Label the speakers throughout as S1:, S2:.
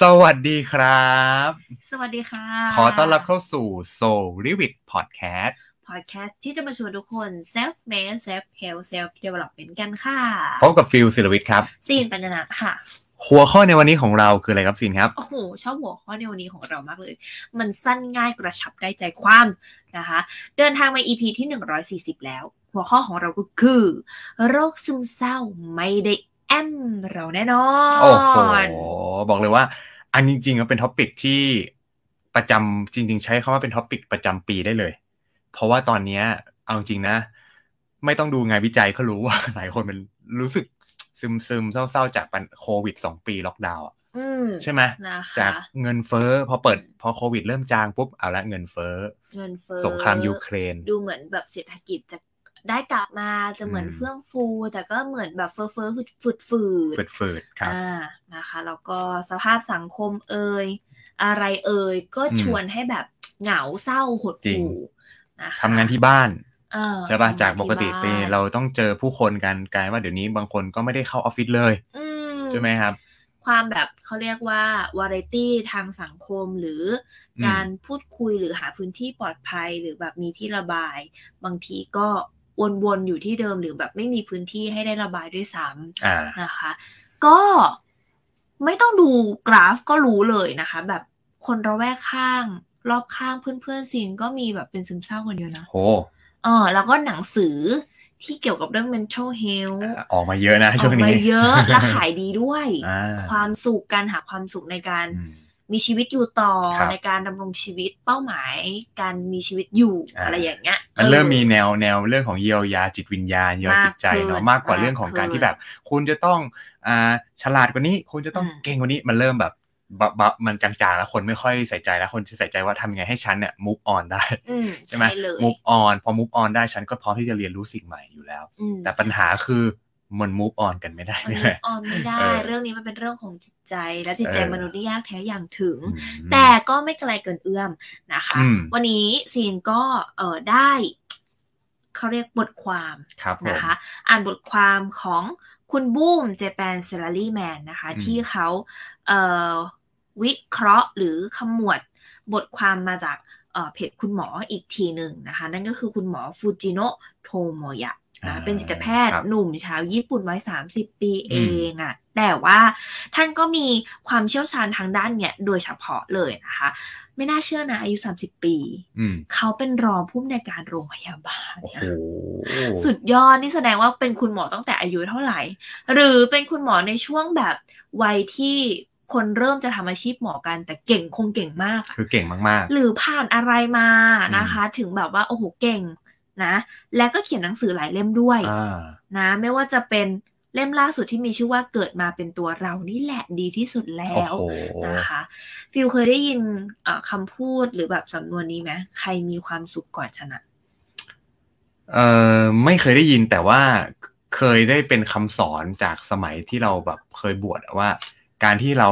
S1: สวัสดีครับ
S2: สวัสดีค่ะ
S1: ขอต้อนรับเข้าสู่ Soul r e v i t Podcast
S2: พอดแคสต์ที่จะมาชวนทุกคน self made self help self development กันค่ะ
S1: พบกับฟิลศิลวิทย์ครับ
S2: ซีนปัญญาค่ะ
S1: หัวข้อในวันนี้ของเราคืออะไรครับซีนครับ
S2: โอ้โห ชอบหัวข้อในวันนี้ของเรามากเลย มันสั้นง่ายกระชับได้ใจความนะคะ เดินทางมา EP ที่ 140 แล้ว หัวข้อของเราก็คือ โรคซึมเศร้าไม่ได้แอมเราแน่นอน
S1: โอ้โห บอกเลยว่า อันจริงๆมันเป็นท็อปิกที่ประจำจริง ๆ ใช้คำว่าเป็นท็อปิกประจำปีได้เลย เพราะว่าตอนเนี้ยเอาจริงนะ ไม่ต้องดูงานวิจัยก็รู้ว่า หลายคนมันรู้สึกซึมซึมๆเศร้าๆ จากปัญโควิดสองปีล็อกดาวน์อะ
S2: อืม
S1: ใช่ไหม
S2: นะคะ
S1: จากเงินเฟ้อพอเปิด พอโควิดเริ่มจางปุ๊บเอาละเงินเฟ้อ
S2: เงินเฟ้อ
S1: สงครามยูเครน
S2: ดูเหมือนแบบเศรษฐกิจจะได้กลับมาจะเหมือน
S1: อืม
S2: เฟื่องฟู แต่ก็เหมือนแบบเฟ้อเฟ้อๆฝืดๆฝืด
S1: ฝืดฝืดๆครับ
S2: อ่านะคะ แล้วก็สภาพสังคมเอ่ยอะไรเอ่ยก็
S1: อืม
S2: ชวนให้แบบเหงาเศร้าหด
S1: จริง
S2: หู่นะคะ
S1: ทำงานที่บ้าน
S2: เออ
S1: ใช่ป่ะ
S2: ทำงน
S1: จากปกติ
S2: ที่
S1: เต
S2: บ้น
S1: เราต้องเจอผู้คนกันกลายว่าเดี๋ยวนี้บางคนก็ไม่ได้เข้าออฟฟิศเลย
S2: อื
S1: ใช่ไหมครับ
S2: ความแบบเขาเรียกว่าวาไรตี้ทางสังคมหรืออ
S1: ม
S2: การพูดคุยหรือหาพื้นที่ปลอดภัยหรือแบบมีที่ระบาย บางทีก็วนๆอยู่ที่เดิมหรือแบบไม่มีพื้นที่ให้ได้ระบายด้วยซ้ำ
S1: อ่า
S2: นะคะก็ไม่ต้องดูกราฟก็รู้เลยนะคะ แบบคนระแวกข้าง รอบข้างเพื่อนๆซีนก็มีแบบเป็นซึมเศร้ากันเยอะนะ
S1: โห
S2: เออแล้วก็หนังสือที่เกี่ยวกับเรื่อง mental health
S1: ออกมาเยอะนะ
S2: อ
S1: ช่
S2: อ
S1: ว
S2: ก
S1: ง
S2: มา
S1: นี้
S2: เย อะและขายดีด้วย
S1: อ่า
S2: ความสุขการหาความสุขในการ
S1: อืม
S2: มีชีวิตอยู่ต่อ
S1: ครับ
S2: ในการดำรงชีวิตเป้าหมาย การมีชีวิตอยู่
S1: อ่า
S2: อะไรอย่างเงี้ย
S1: มันเริ่ม
S2: ออ
S1: มีแนวแนวเรื่องของเยียวยาจิตวิญญาณเยียวยาจิตใจ
S2: มาม
S1: เนาะาก ก
S2: ขึ้น
S1: กว่าเรื่องของการ
S2: มากขึ้น
S1: ที่แบบ คุณจะต้องอ่าฉลาดกว่านี้ คุณจะต้อง
S2: อืม
S1: เก่งกว่านี้มันเริ่มแบบบะบะมันจางๆแล้วคนไม่ค่อยใส่ใจแล้วคนจะใส่ใจว่าทำยังไงให้ฉันเนี่ยมูฟออนได้
S2: อืม
S1: ใช่ไหม
S2: เลย
S1: มูฟออนพอมูฟออนได้ฉันก็พร้อมที่จะเรียนรู้สิ่งใหม่อยู่แล้ว
S2: อืม
S1: แต่ปัญหาคือมัน move on กันไม่ได้
S2: มัน
S1: เลย
S2: move on ไม่ได้
S1: เออ
S2: เรื่องนี้มันเป็นเรื่องของจิตใจ และจิตใจ
S1: เออ
S2: มนุษย์ที่ยากแท้อย่างถึง
S1: อืม
S2: แต่ก็ไม่ไกลเกินเอื้อมนะคะ
S1: อืม
S2: วันนี้ซีนก็เออได้เขาเรียกบทความ
S1: ครับผม
S2: นะคะ อ่านบทความของคุณบูมเจแปนเซลารีแมนนะคะ
S1: อืม
S2: ที่เขาเอ่อวิเคราะห์หรือขมวดบทความมาจากเอ่อเพจคุณหมออีกทีหนึ่งนะคะ นั่นก็คือคุณหมอฟูจิโนะโทโมยะ
S1: อ่า
S2: เป็นจิตแพทย์
S1: ครับ
S2: หนุ่มชาวญี่ปุ่นวัย30 ปีเอ
S1: อืม
S2: งอะแต่ว่าท่านก็มีความเชี่ยวชาญทางด้านเนี่ยโดยเฉพาะเลยนะคะ ไม่น่าเชื่อนะอายุ 30 ปี
S1: อืม
S2: เขาเป็นรองผู้อำนวยการโรงพยาบาล
S1: โอ้โห
S2: นะสุดยอดนี่แสดงว่าเป็นคุณหมอตั้งแต่อายุเท่าไหร่ หรือเป็นคุณหมอในช่วงแบบวัยที่คนเริ่มจะทำอาชีพหมอกัน แต่เก่งคงเก่งมากอะ
S1: คือเก่งมาก
S2: หรือผ่านอะไรมานะคะ ถึงแบบว่าโอ้โหเก่งนะ และก็เขียนหนังสือหลายเล่มด้วย
S1: ๆ อ่า
S2: นะ ไม่ว่าจะเป็นเล่มล่าสุดที่มีชื่อว่าเกิดมาเป็นตัวเรานี่แหละดีที่สุดแล้
S1: โอ้
S2: ว
S1: โห
S2: นะคะฟิลเคยได้ยินเอ่อคำพูดหรือแบบสำนวนนี้ไหมใครมีความสุขก่อนชนะ
S1: เอ่อ ไม่เคยได้ยินแต่ว่าเคยได้เป็นคำสอนจากสมัยที่เราแบบเคยบวชอะว่า การที่เรา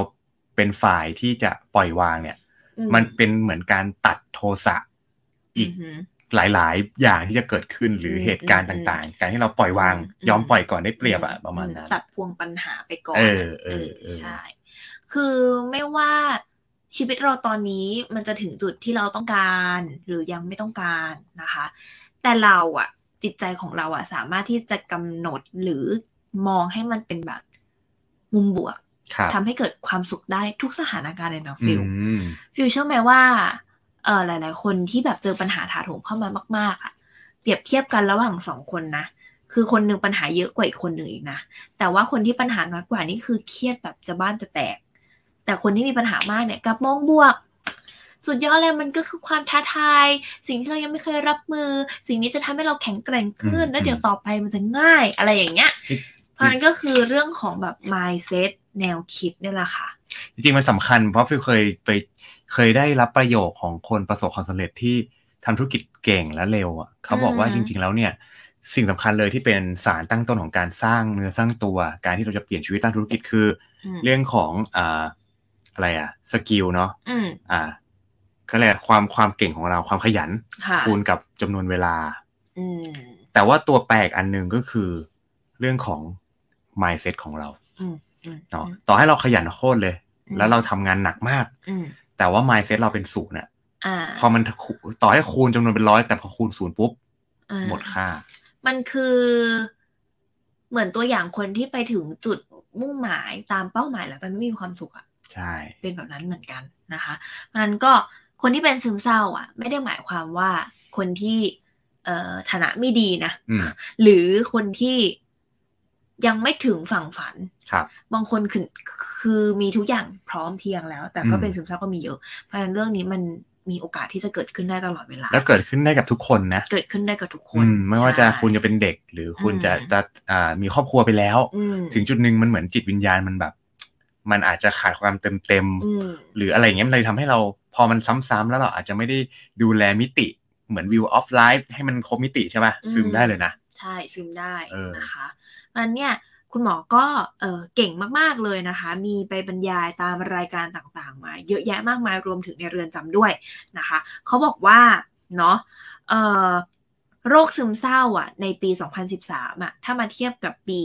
S1: เป็นฝ่ายที่จะปล่อยวางเนี่ย
S2: อื
S1: มันเป็นเหมือนการตัดโทสะอีก
S2: อหือ
S1: หลาย ๆ อย่างที่จะเกิดขึ้นหรือ
S2: ม
S1: เหตุการณ์
S2: อืม
S1: ต่าง ๆ การที่เราปล่อยวาง
S2: อืม
S1: ยอมปล่อยก่อนได้เปรียบอะประมาณนั้น
S2: ตัดพวงปัญหาไปก่อน
S1: เออเออเออ
S2: ใช่ คือไม่ว่าชีวิตเราตอนนี้มันจะถึงจุดที่เราต้องการ หรือยังไม่ต้องการนะคะ แต่เราอะจิตใจของเราอะสามารถที่จะกำหนดหรือมองให้มันเป็นแบบมุมบวก
S1: ครับ
S2: ทำให้เกิดความสุขได้ทุกสถานการณ์เลยนะ
S1: อื
S2: ฟิล
S1: ม
S2: ฟิวเชื่อไหมว่าเออหลาย ๆ คนที่แบบเจอปัญหาถาโถมเข้ามามาก ๆอะเปรียบเทียบกันระหว่างสองคนนะ คือคนหนึ่งปัญหาเยอะกว่าอีกคนหนึ่งอีกนะ แต่ว่าคนที่ปัญหาน้อยกว่านี่คือเครียดแบบจะบ้านจะแตก แต่คนที่มีปัญหามากเนี่ยกลับมองบวก สุดยอดเลยมันก็คือความท้าทาย สิ่งที่เรายังไม่เคยรับมือ สิ่งนี้จะทำให้เราแข็งแกร่งขึ้น
S1: อืม
S2: แล้วเดี๋ยวต่อไปมันจะง่ายอะไรอย่างเงี้ย
S1: อีก
S2: เพราะฉะนั้นก็คือเรื่องของแบบ mindset แนวคิดเนี่ยแหละค่ะ
S1: จริงๆ มันสำคัญเพราะฟิวเคยไปเคยได้รับประโยคของคนประสบความสำเร็จที่ทำธุรกิจเก่งและเร็วอ่ะเขาบอกว่า
S2: อื
S1: จ
S2: ม
S1: ริง ๆ แล้วเนี่ย สิ่งสำคัญเลยที่เป็นสารตั้งต้นของการสร้างเนื้อสร้างตัว การที่เราจะเปลี่ยนชีวิตตั้งธุรกิจคือ
S2: อืม
S1: เรื่องของอ่าอะไรอ่ะสกิลเนาะ
S2: อืม
S1: อ่าก็เลยกความความเก่งของเราความขยัน
S2: ค่ะ
S1: คูณกับจำนวนเวลา
S2: อืม
S1: แต่ว่าตัวแปลกอันหนึ่งก็คือเรื่องของ mindset ของเรา
S2: อืมอืม
S1: เนาะ
S2: อืม
S1: ต่อให้เราขยันโคตรเลย
S2: อืม
S1: แล้วเราทำงานหนักมาก
S2: อืม
S1: แต่ว่า mindset เราเป็นศูนย์อะ
S2: อ่า
S1: พอมันคูต่อให้คูณจำนวนเป็นร้อยแต่พอคูณศูนย์ปุ๊บ
S2: อ่า
S1: หมดค่า
S2: มันคือเหมือนตัวอย่างคนที่ไปถึงจุดมุ่งหมายตามเป้าหมายแล้วแต่ไม่มีความสุขอะ
S1: ใช่
S2: เป็นแบบนั้นเหมือนกันนะคะ เพราะฉะนั้นก็คนที่เป็นซึมเศร้าอะไม่ได้หมายความว่าคนที่เอ่อฐานะไม่ดีนะ
S1: อืม
S2: หรือคนที่ยังไม่ถึงฝั่งฝัน
S1: ครับ
S2: บางคนคือคือมีทุกอย่างพร้อมเพรียงแล้ว แต่ก็
S1: อืม
S2: เป็นซึมเศร้าก็มีเยอะ เพราะฉะนั้นเรื่องนี้มันมีโอกาสที่จะเกิดขึ้นได้ตลอดเวลา
S1: แล้วเกิดขึ้นได้กับทุกคนนะ
S2: เกิดขึ้นได้กับทุกค
S1: อื
S2: น
S1: มไม่ว่าจะ
S2: ใช่
S1: คุณจะเป็นเด็ก หรือคุณจะ
S2: อืม
S1: จะอ่ามีครอบครัวไปแล้ว
S2: อืม
S1: ถึงจุดหนึ่งมันเหมือนจิตวิญญาณมันแบบ มันอาจจะขาดความเต็มเต็มๆ
S2: อืม
S1: หรืออะไรอย่างเงี้ยมันเลยทำให้เราพอมันซ้ำๆแล้วเราอาจจะไม่ได้ดูแลมิติเหมือน view of life ให้มันครบมิติใช่ป่ะ
S2: อืม
S1: ซึมได้เลยนะ
S2: ใช่ซึมได้
S1: เออ
S2: นะคะมันเนี่ยคุณหมอก็เอ่อเก่งมาก ๆ เลยนะคะ มีไปบรรยายตามรายการต่างๆ มา เยอะแยะมากมายรวมถึงในเรือนจำด้วยนะคะ เขาบอกว่าเนาะเอ่อโรคซึมเศร้าอ่ะในปี 2013อ่ะถ้ามาเทียบกับปี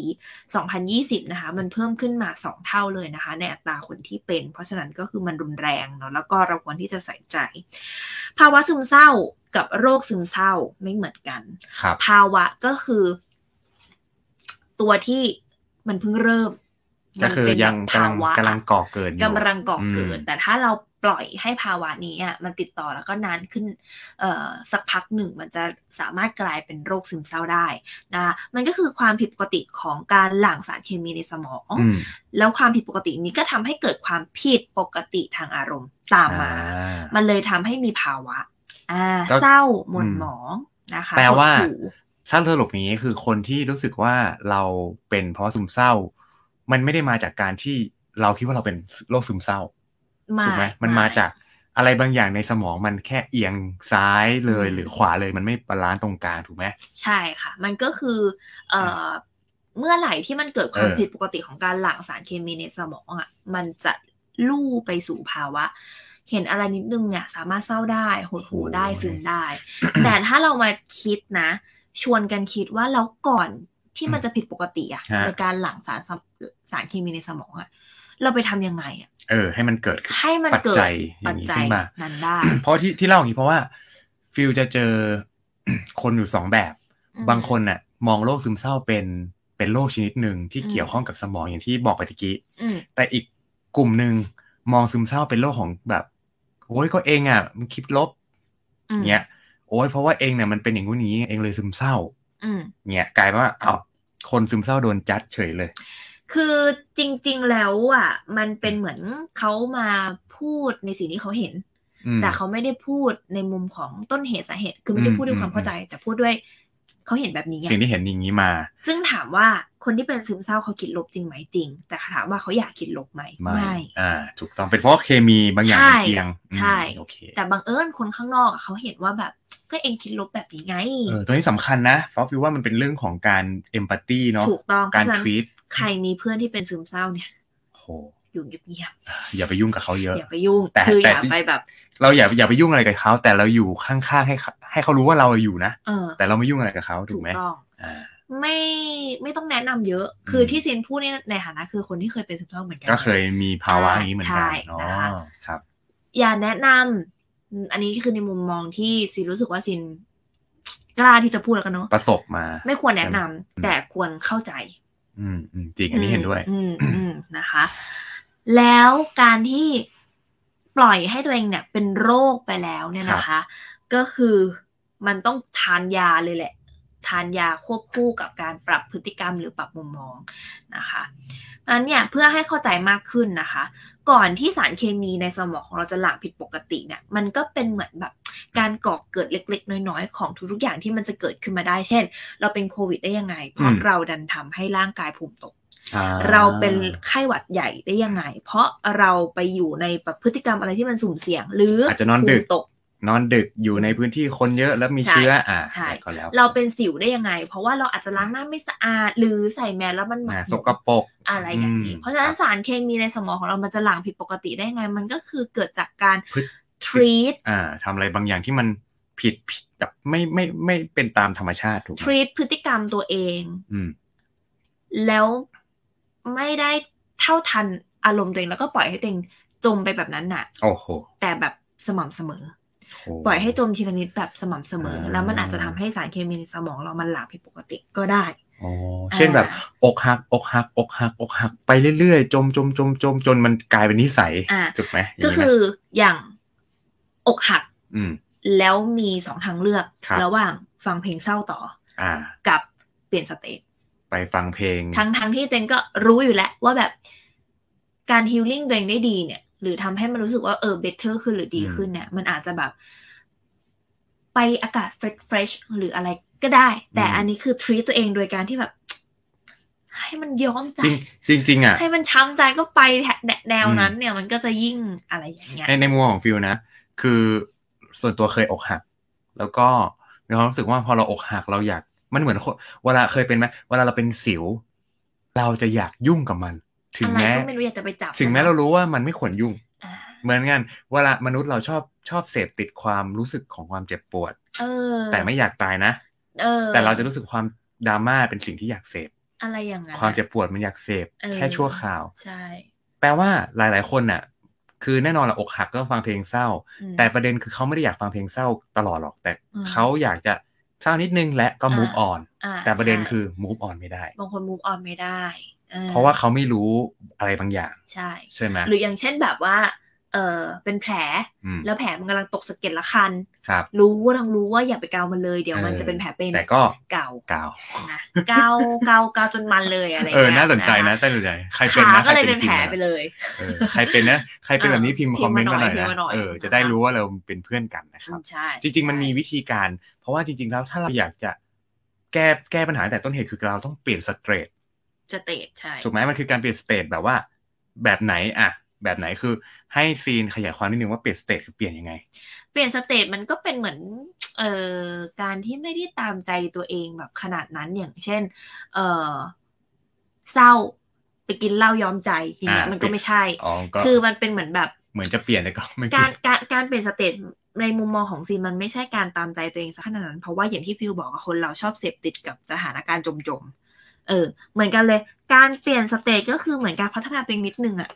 S2: 2020 นะคะ มันเพิ่มขึ้นมา 2 เท่าเลยนะคะ ในอัตราคนที่เป็น เพราะฉะนั้นก็คือมันรุนแรงเนาะแล้วก็เราควรที่จะใส่ใจ ภาวะซึมเศร้ากับโรคซึมเศร้าไม่เหมือนกัน
S1: ครับ
S2: ภาวะก็คือ ตัวที่มันเพิ่งเริ่ม
S1: ก็คือ
S2: มันเป็น
S1: ยัง
S2: แบบ
S1: กำลัง
S2: ภาวะ
S1: กำลังก่อเกิดอยู่
S2: กำลังก่อเกิด
S1: อืม
S2: แต่ถ้าเราปล่อยให้ภาวะนี้อ่ะมันติดต่อแล้วก็นานขึ้น เอ่อสักพักหนึ่งมันจะสามารถกลายเป็นโรคซึมเศร้าได้นะคะมันก็คือความผิดปกติของการหลั่งสารเคมีในสมอง
S1: อืม
S2: แล้วความผิดปกตินี้ก็ทำให้เกิดความผิดปกติทางอารมณ์ตามมา
S1: อ่า
S2: มันเลยทำให้มีภาวะอ่า
S1: ก็
S2: เศร้าหม่น
S1: อืม
S2: หมองนะคะ
S1: แปลว่า
S2: หดหู่
S1: ถ้าสรุปนี้คือคนที่รู้สึกว่าเราเป็นเพราะซึมเศร้า มันไม่ได้มาจากการที่เราคิดว่าเราเป็นโรคซึมเศร้า
S2: ไม่
S1: ถูกไหมมันมาจากอะไรบางอย่างในสมองมันแค่เอียงซ้ายเลย
S2: อืม
S1: หรือขวาเลยมันไม่บาลานซ์ตรงกลางถูกไหม
S2: ใช่ค่ะ มันก็คือเอ่อเมื่อไหร่ที่มันเกิดความ
S1: เออ
S2: ผิดปกติของการหลั่งสารเคมีในสมองอ่ะมันจะลู่ไปสู่ภาวะ เห็นอะไรนิดนึงเนี่ยสามารถเศร้าได้หดหูได้ซึม ได้ แต่ถ้าเรามาคิดนะ ชวนกันคิดว่าแล้วก่อนที่มันจะผิดปกติอ่ะ
S1: ฮะ
S2: ในการหลั่งสารสมสารเคมีในสมองอ่ะเราไปทำยังไงอ่ะ
S1: เออ ให้มันเกิดขึ้น
S2: ให้มันเกิ
S1: ปัจ
S2: ด
S1: จัยอย่า
S2: ปั
S1: ง
S2: จ
S1: นี้
S2: จั
S1: ขึ้
S2: ย
S1: นมา
S2: นั้นได้
S1: เพราะที่ที่เล่าอย่างนี้เพราะว่าฟิลจะเจอ คนอยู่สองแบบ
S2: อืม
S1: บางคนน่ะ มองโรคซึมเศร้าเป็นเป็นโรคชนิดหนึ่งที่
S2: อืม
S1: เกี่ยวข้องกับสมองอย่างที่บอกไปตะกี้
S2: อืม
S1: แต่อีกกลุ่มหนึ่งมองซึมเศร้าเป็นโรคของแบบโอ้ยก็เองอ่ะมันคิดลบ
S2: อืม
S1: เงี้ยโอ้ยเพราะว่าเองเนี่ยมันเป็นอย่างงู้นอย่างงี้เองเลยซึมเศร้า
S2: อืม
S1: เงี้ยกลายเป็นว่าอ้าวคนซึมเศร้าโดนจัดเฉยเลย
S2: คือจริงๆแล้วอ่ะ มันเป็นเหมือนเขามาพูดในสิ่งที่เขาเห็น
S1: อืม
S2: แต่เขาไม่ได้พูดในมุมของต้นเหตุสาเหตุ คือไม่ได้
S1: อืม
S2: พูดด้วยความ
S1: อืม
S2: เข้าใจ แต่พูดด้วยเขาเห็นแบบนี้ไง
S1: สิ่งที่เห็นอย่างนี้มา
S2: ซึ่งถามว่าคนที่เป็นซึมเศร้าเขาคิดลบจริงไหมจริง แต่ถามว่าเขาอยากคิดลบไหม
S1: ไม่ อ่า ถูกต้อง เป็นเพราะเคมีบางอย่าง
S2: ใช่
S1: มันเอียงอืม
S2: ใช่
S1: โอเค
S2: แต่บังเอิญคนข้างนอกอะเขาเห็นว่าแบบ ก็เองคิดลบแบบนี้ไง
S1: เออ ตัวนี้สำคัญนะฟอฟิวว่ามันเป็นเรื่องของการเอมพัตตีเนาะ
S2: ถูกต้อง
S1: การท
S2: เพะฉะนั้น
S1: วีต
S2: ใครมีเพื่อนที่เป็นซึมเศร้าเนี่ย
S1: โห
S2: อยู่เงียบ
S1: อย่าไปยุ่งกับเขาเย
S2: ๆ
S1: อะ
S2: อย่าไปยุ่ง
S1: แต่
S2: คือ
S1: แต่
S2: อย่าไปแบบ
S1: เราอย่าอย่าไปยุ่งอะไรกับเขา แต่เราอยู่ข้างๆให้เขาให้เขารู้ว่าเราอยู่นะ
S2: เออ
S1: แต่เราไม่ยุ่งอะไรกับเขาถู
S2: ถู
S1: ก
S2: ก
S1: ไหม
S2: ต้อง
S1: อ่า
S2: ไม่ไม่ต้องแนะนำเยอะ คืออ
S1: ม
S2: ที่ซินพูดนี่ในฐานะคือคนที่เคยเป็นซึมเศร้าเหมือนกัน
S1: ก็เคยมีภาวะอย่างนี้เหมือนกัน
S2: ใช่
S1: เนาะ
S2: นะคะ
S1: ครับ
S2: อย่าแนะนำอืมอันนี้คือในมุมมองที่ซินรู้สึกว่าซินกล้าที่จะพูดแล้วกันเนาะ
S1: ประสบมา
S2: ไม่ควรแนะนำแต่ควรเข้าใจ
S1: อืมอืมจริง อันนี้เห็นด้วย
S2: อืมอืมอืมนะคะ แล้วการที่ปล่อยให้ตัวเองเนี่ย เป็นโรคไปแล้วเนี่ยนะคะ ก็คือมันต้องทานยาเลยแหละ ทานยาควบคู่กับการปรับพฤติกรรมหรือปรับมุมมองนะคะนั้นเนี่ยเพื่อให้เข้าใจมากขึ้นนะคะ ก่อนที่สารเคมีในสมองของเราจะหลั่งผิดปกติเนี่ย มันก็เป็นเหมือนแบบการก่อเกิดเล็กๆ น้อยๆ ของทุกๆอย่างที่มันจะเกิดขึ้นมาได้ เช่น เราเป็นโควิดได้ยังไง เพราะ
S1: อืม
S2: เราดันทำให้ร่างกายภูมิตก
S1: อ่
S2: เราเป็นไข้หวัดใหญ่ได้ยังไง เพราะเราไปอยู่ในแบบพฤติกรรมอะไรที่มันสุ่มเสี่ยง หรืออา
S1: จจะนอนดึก
S2: ตก
S1: นอนดึกอยู่ในพื้นที่คนเยอะแล้วมี
S2: ใช่
S1: เชื้อ อ่า
S2: ใช่
S1: ก็แล้ว
S2: เราเป็นสิวได้ยังไง เพราะว่าเราอาจจะล้างหน้าไม่สะอาด หรือใส่แมสแล้วมันหมั
S1: อ่าก สกปรก
S2: อะไรอย่างนี้
S1: อืม
S2: เพราะฉะนั้
S1: ค
S2: น
S1: รับ
S2: สารเคมีในสมองของเรามันจะหลั่งผิดปกติได้ยังไง มันก็คือเกิดจากการ
S1: พฤติ
S2: treat
S1: อ่าทำอะไรบางอย่างที่มันผิดผิดแบบไม่ไม่ไม่เป็นตามธรรมชาติถูกไหม
S2: treat พฤติกรรมตัวเอง
S1: อืม
S2: แล้วไม่ได้เท่าทัน อารมณ์ตัวเองแล้วก็ปล่อยให้ตัวเองจมไปแบบนั้นน่ะ
S1: โอ้โห
S2: แต่แบบสม่ำเสมอ
S1: โห
S2: ปล่อยให้จมทีละนิดแบบสม่ำเสมอ
S1: อ่า
S2: แล้วมันอาจจะทำให้สารเคมีในสมองเรามันหลั่งผิดปกติก็ได้
S1: อ๋อเช่นแบบอกหักอกหักอกหักอกหักไปเรื่อยๆ จมจมจมจมจนมันกลายเป็นนิสัย
S2: อ่า
S1: ถูกไหมย่าง
S2: ก็
S1: นี้ไหม
S2: คืออย่างอกหัก
S1: อืม
S2: แล้วมีสองทางเลือก
S1: ครับ
S2: ระหว่างฟังเพลงเศร้าต่อ
S1: อ่า
S2: กับเปลี่ยนสเตจ
S1: ไปฟังเพลง
S2: ทั้งทั้งที่ตัวเองก็รู้อยู่แล้วว่าแบบการฮิลลิ่งตัวเองได้ดีเนี่ย หรือทำให้มันรู้สึกว่าเออเบเตอร์ขึ้นหรือดี
S1: อืม
S2: ขึ้นเนี่ย มันอาจจะแบบ ไปอากาศเฟรชหรืออะไรก็ได้ แต่อันนี้คือทรีตัวเองโดยการที่แบบ ให้มันย้อมใจ
S1: จริงจริง ๆ อ่ะ
S2: ให้มันช้ำใจก็ไปแนแนวนั้นเนี่ย มันก็จะยิ่งอะไรอย่างเงี้ย
S1: ในในมุมมองของฟิลนะ คือส่วนตัวเคยอกหัก แล้วก็มีความรู้สึกว่าพอเราอกหักเราอยาก มันเหมือนคนเวลาเคยเป็นไหมเวลาเราเป็นสิว เราจะอยากยุ่งกับมัน ถึง
S2: อะไร
S1: แม้
S2: ก็ไม่รู้อยากจะไปจับ
S1: ถึงแม้
S2: มัน
S1: เรารู้ว่ามันไม่ควรยุ่ง
S2: อ่า
S1: เหมือนกันเวลามนุษย์เราชอบชอบเสพติดความรู้สึกของความเจ็บปวด
S2: เออ
S1: แต่ไม่อยากตายนะ
S2: เออ
S1: แต่เราจะรู้สึกความดราม่าเป็นสิ่งที่อยากเสพ
S2: อะไรอย่างนั้น
S1: ความเจ็
S2: บบ
S1: ปวดมันอยากเสพแค่ชั่วคราว
S2: ใช่
S1: แปลว่าหลาย ๆ คนน่ะ คือแน่นอนละอกหักก็ฟังเพลงเศร้า
S2: อืม
S1: แต่ประเด็นคือเขาไม่ได้อยากฟังเพลงเศร้าตลอดหรอก แต่
S2: อืม
S1: เขาอยากจะเศร้านิดนึงและก็ move
S2: อ่า
S1: on
S2: อ่า
S1: แต่ประเด็น
S2: ใช่
S1: คือ move on ไม่ได้
S2: บางคน move on ไม่ได้ออ
S1: เพราะว่าเขาไม่รู้อะไรบางอย่าง
S2: ใช่
S1: ใช่ไหม
S2: หรืออย่างเช่นแบบว่า เออเป็นแผล
S1: ม
S2: แล้วแผลมันกำลังตกสะเก็ดละคัน
S1: ครับ
S2: รู้ว่าทั้งรู้ว่าอย่าไปเกามันเลยเดี๋ยวมัน
S1: เออ
S2: จะเป็นแผลเป็น
S1: แต่ก็
S2: เกาก
S1: าว
S2: นะเกาเกาเกาจนมันเลยอะไร
S1: เออ
S2: ย่ง
S1: น่าสนใจนะน่าสนใจใครเป็น
S2: ขา
S1: นะ
S2: ก็เลย
S1: ใคร
S2: เป็นแผลไปเลย
S1: เออใครเป็นนะใครเป็นแบบนี้พิมพ์
S2: เออ
S1: คอมเมนต์มาหน่อย
S2: พิมพ์
S1: นะ
S2: มาหน่อย
S1: เออ
S2: นะคะ
S1: จะได้รู้ว่าเราเป็นเพื่อนกันนะครับ
S2: ใช่
S1: จริงๆ มันมีวิธีการ เพราะว่าจริง ๆ แล้วถ้าเราอยากจะแก้แก้ปัญหาตั้งแต่ต้นเหตุคือเราต้องเปลี่ยนสเตรท
S2: จะเตะใช่
S1: ถูกไหมมันคือการเปลี่ยนสเตรทแบบว่า แบบไหนอะแบบไหนคือให้ซีนขยายความนิดนึงว่าเปลี่ยนสเตรทคือเปลี่ยนยังไง
S2: เปลี่ยนสเตจมันก็เป็นเหมือน เอ่อการที่ไม่ได้ตามใจตัวเองแบบขนาดนั้นอย่างเช่น เอ่อเศร้าไปกินเหล้าย้อมใจอย่างเงี้ย
S1: อ่ามั
S2: มันก็ไม่ใช่
S1: อ๋อก็
S2: คือมันเป็นเหมือนแบบ
S1: เหมือนจะเปลี่ยนแต่ก็ไม่เป
S2: การ
S1: ลี่ยน
S2: การการเปลี่ยนสเตจในมุมมองของซีนมันไม่ใช่การตามใจตัวเองสักขนาดนั้น เพราะว่าอย่างที่ฟิลบอกอะคนเราชอบเสพติดกับสถานการณ์จมๆเออ เหมือนกันเลย การเปลี่ยนสเตจก็คือเหมือนการพัฒนาตัวเองนิดนึงอะ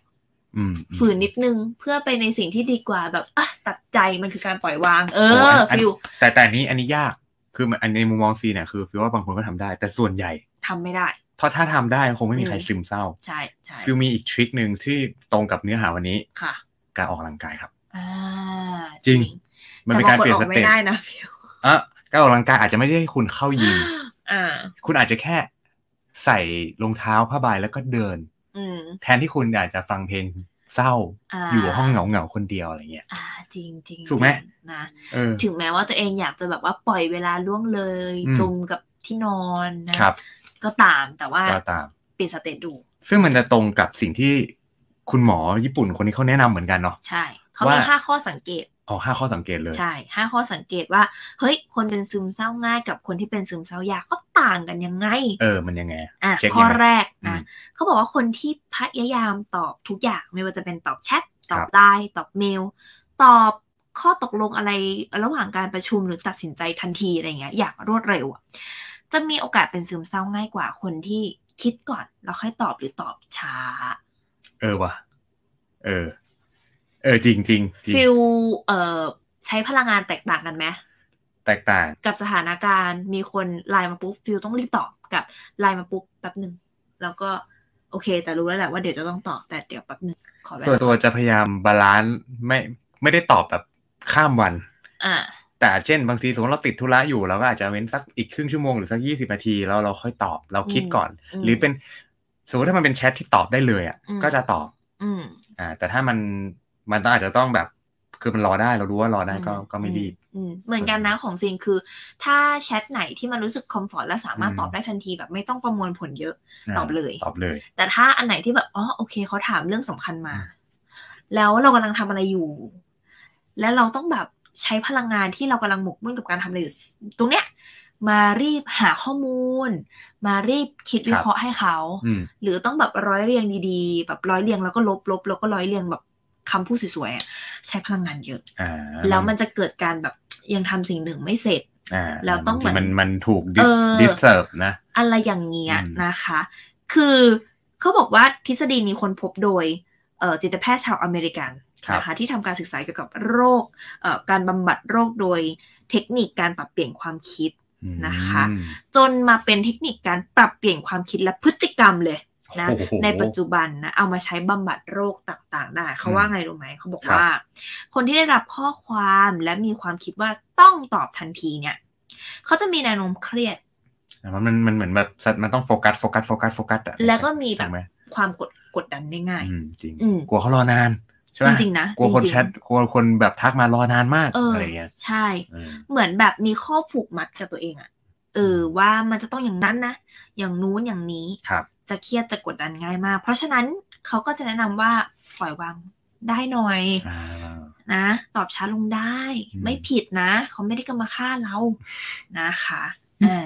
S1: อืมอืม
S2: ฝืนนิดนึงเพื่อไปในสิ่งที่ดีกว่าแบบอ่ะตัดใจมันคือการปล่อยวาง เอ
S1: โอ้
S2: อย
S1: อัน
S2: ฟิล
S1: แต่แต่อันนี้อันนี้ยากคือมันอันในมุมมองซีเนี่ยคือฟีลว่าบางคนก็ทำได้ แต่ส่วนใหญ่
S2: ทำไม่ได้
S1: เพราะถ้าทำได้คงไม่มีใคร
S2: อืม
S1: ซึมเศร้า
S2: ใช่ใช่
S1: ฟิลมีอีกทริคหนึ่งที่ตรงกับเนื้อหาวันนี้
S2: ค่ะ
S1: การออกกำลังกายครับ
S2: อ่า
S1: จริง มันเป็นการเปลี่ยนส
S2: แต่บงคออก
S1: เตจ
S2: ไม่ได้นะฟิล
S1: อ่ะการออกกำลังกายอาจจะไม่ได้ให้คุณเข้ายิม
S2: อ่า
S1: คุณอาจจะแค่ใส่รองเท้าผ้าใบแล้วก็เดิน
S2: อืม
S1: แทนที่คุณอาจจะฟังเพลงเศร้า
S2: อ่า
S1: อยู่ห้องเหงาๆคนเดียวอะไรเงี้ย
S2: อ่าจริงจริง
S1: ถูกไหม
S2: จริงนะ
S1: เออ
S2: ถึงแม้ว่าตัวเองอยากจะแบบว่าปล่อยเวลาล่วงเลย
S1: อืม
S2: จมกับที่นอนนะครับ ก็ตามแต่ว่า
S1: ก็ตาม
S2: เปลี่ยนสเตตดู
S1: ซึ่งมันจะตรงกับสิ่งที่คุณหมอญี่ปุ่นคนนี้เขาแนะนำเหมือนกันเนาะ
S2: ใช่เขา
S1: ว่า
S2: มีห้าข้อสังเกต
S1: อ๋อห้าข้อสังเกตเลย
S2: ใช่ห้าข้อสังเกตว่า เฮ้ย คนเป็นซึมเศร้าง่ายกับคนที่เป็นซึมเศร้ายากก็ต่างกันยังไง
S1: เออ มันยังไง
S2: อ่ะ
S1: เช็ค
S2: ข้อ
S1: ยังไง
S2: แรก
S1: อื
S2: นะ
S1: ม
S2: เขาบอกว่าคนที่พยายามตอบทุกอย่างไม่ว่าจะเป็นตอบแชทตอ
S1: ครับ บ
S2: ไลน์ตอบเมล ตอบข้อตกลงอะไรระหว่างการประชุมหรือตัดสินใจทันทีอะไรอย่างเงี้ยอยากรวดเร็วอะจะมีโอกาสเป็นซึมเศร้าง่ายกว่าคนที่คิดก่อนแล้วค่อยตอบหรือตอบช้า
S1: เออว่ะ เออ เออจริงจริงจริง
S2: ฟิลเอ่อใช้พลังงานแตกต่างกันไหม
S1: แตกต่าง
S2: กับสถานการณ์มีคนไลน์มาปุ๊บฟิลต้องรีบตอบกับไลน์มาปุ๊บแป๊บหนึ่งแล้วก็โอเค แต่รู้แล้วแหละว่าเดี๋ยวจะต้องตอบแต่เดี๋ยวแป๊บหนึ่งขอเว
S1: ส่วน
S2: ลา
S1: ตัวจะพยายามบาลานซ์ไม่ไม่ได้ตอบแบบข้ามวัน
S2: อ่า
S1: แต่เช่นบางทีสมมติเราติดธุระอยู่เราก็อาจจะเว้นสักอีกครึ่งชั่วโมงหรือสักยี่สิบนาทีแล้วเราค่อยตอบเราคิดก่อน
S2: อืม
S1: หรือเป็นสมมติถ้ามันเป็นแชทที่ตอบได้เลยอ่ะ
S2: อืม
S1: ก็จะตอบ
S2: อืม
S1: อ่า แต่ถ้ามันมันต้องอาจจะต้องแบบ คือมันรอได้เรารู้ว่ารอได้ก็
S2: อื
S1: ก็ไม่รีบ
S2: อืมเหมือนกันนะของซินคือ ถ้าแชทไหนที่มันรู้สึกคอมฟอร์ตและสามารถ
S1: อืม
S2: ตอบได้ทันทีแบบไม่ต้องประมวลผลเยอะ
S1: นะ
S2: ตอบเลย
S1: ตอบเลย
S2: แต่ถ้าอันไหนที่แบบอ๋อโอเคเขาถามเรื่องสำคัญมา แล้วเรากำลังทำอะไรอยู่ แล้วเราต้องแบบใช้พลังงานที่เรากำลังหมกมุ่นกับการทำอะไรอยู่ตรงเนี้ย มารีบหาข้อมูล มารีบคิดวิเคราะห์ให้เขา
S1: อืม
S2: หรือต้องแบบร้อยเรียงดีๆ แบบร้อยเรียงแล้วก็ลบลบแล้วก็ร้อยเรียงแบบคำพูดสวยๆอะใช้พลังงานเยอะ
S1: อ่า
S2: แล้วมันจะเกิดการแบบยังทำสิ่งหนึ่งไม่เสร็จ
S1: อ่า
S2: แล้วต้อง
S1: บาที
S2: เหมื
S1: มั
S2: อน น
S1: มันถูก
S2: เออ
S1: ดิสเซิร์ฟนะ
S2: อะไรอย่างเงี้ย
S1: อืม
S2: นะคะ คือเขาบอกว่าทฤษฎีนี้คนพบโดย เอ่อจิตแพทย์ชาวอเมริกัน
S1: ครับ
S2: นะคะที่ทำการศึกษาเกี่ยวกับโรคเอ่อการบำบัดโรคโดยเทคนิคการปรับเปลี่ยนความคิด นะคะ
S1: อืม
S2: จนมาเป็นเทคนิคการปรับเปลี่ยนความคิดและพฤติกรรมเลย นะ
S1: โอ้โห
S2: ในปัจจุบันนะเอามาใช้บำบัดโรคต่างๆ ได้ เขาว่าไงรู้ไหมเขาบอกว่า คนที่ได้รับข้อความและมีความคิดว่าต้องตอบทันทีเนี่ย เขาจะมีแนวโน้มเครียด
S1: อ่ะมันมันมันเหมือนแบบสัตว์มันต้องโฟกัสโฟกัสโฟกัสโฟกัสอ่ะ
S2: แล้วก็มีแบ
S1: ถู
S2: บ
S1: กไหม
S2: ความกดกดดันได้ง่าย
S1: อืมจริง
S2: อืม
S1: กลัวเขารอนานใช่ไหม
S2: จริงๆนะ
S1: กลัวคน
S2: จริงๆ
S1: แชทกลัวคนแบบทักมารอนานมาก
S2: เอออ
S1: อะไรเงี้ย
S2: ใช่
S1: เออ
S2: เหมือนแบบมีข้อผูกมัดกับตัวเองอะเออ ว่ามันจะต้องอย่างนั้นนะ อย่างนู้นอย่างนี้
S1: ครับ
S2: จะเครียดจะกดดันง่ายมาก เพราะฉะนั้นเขาก็จะแนะนำว่าปล่อยวางได้หน่อย
S1: อ่า
S2: นะตอบช้าลงได้
S1: อืม
S2: ไม่ผิดนะ เขาไม่ได้กำมาฆ่าเรานะคะอ่า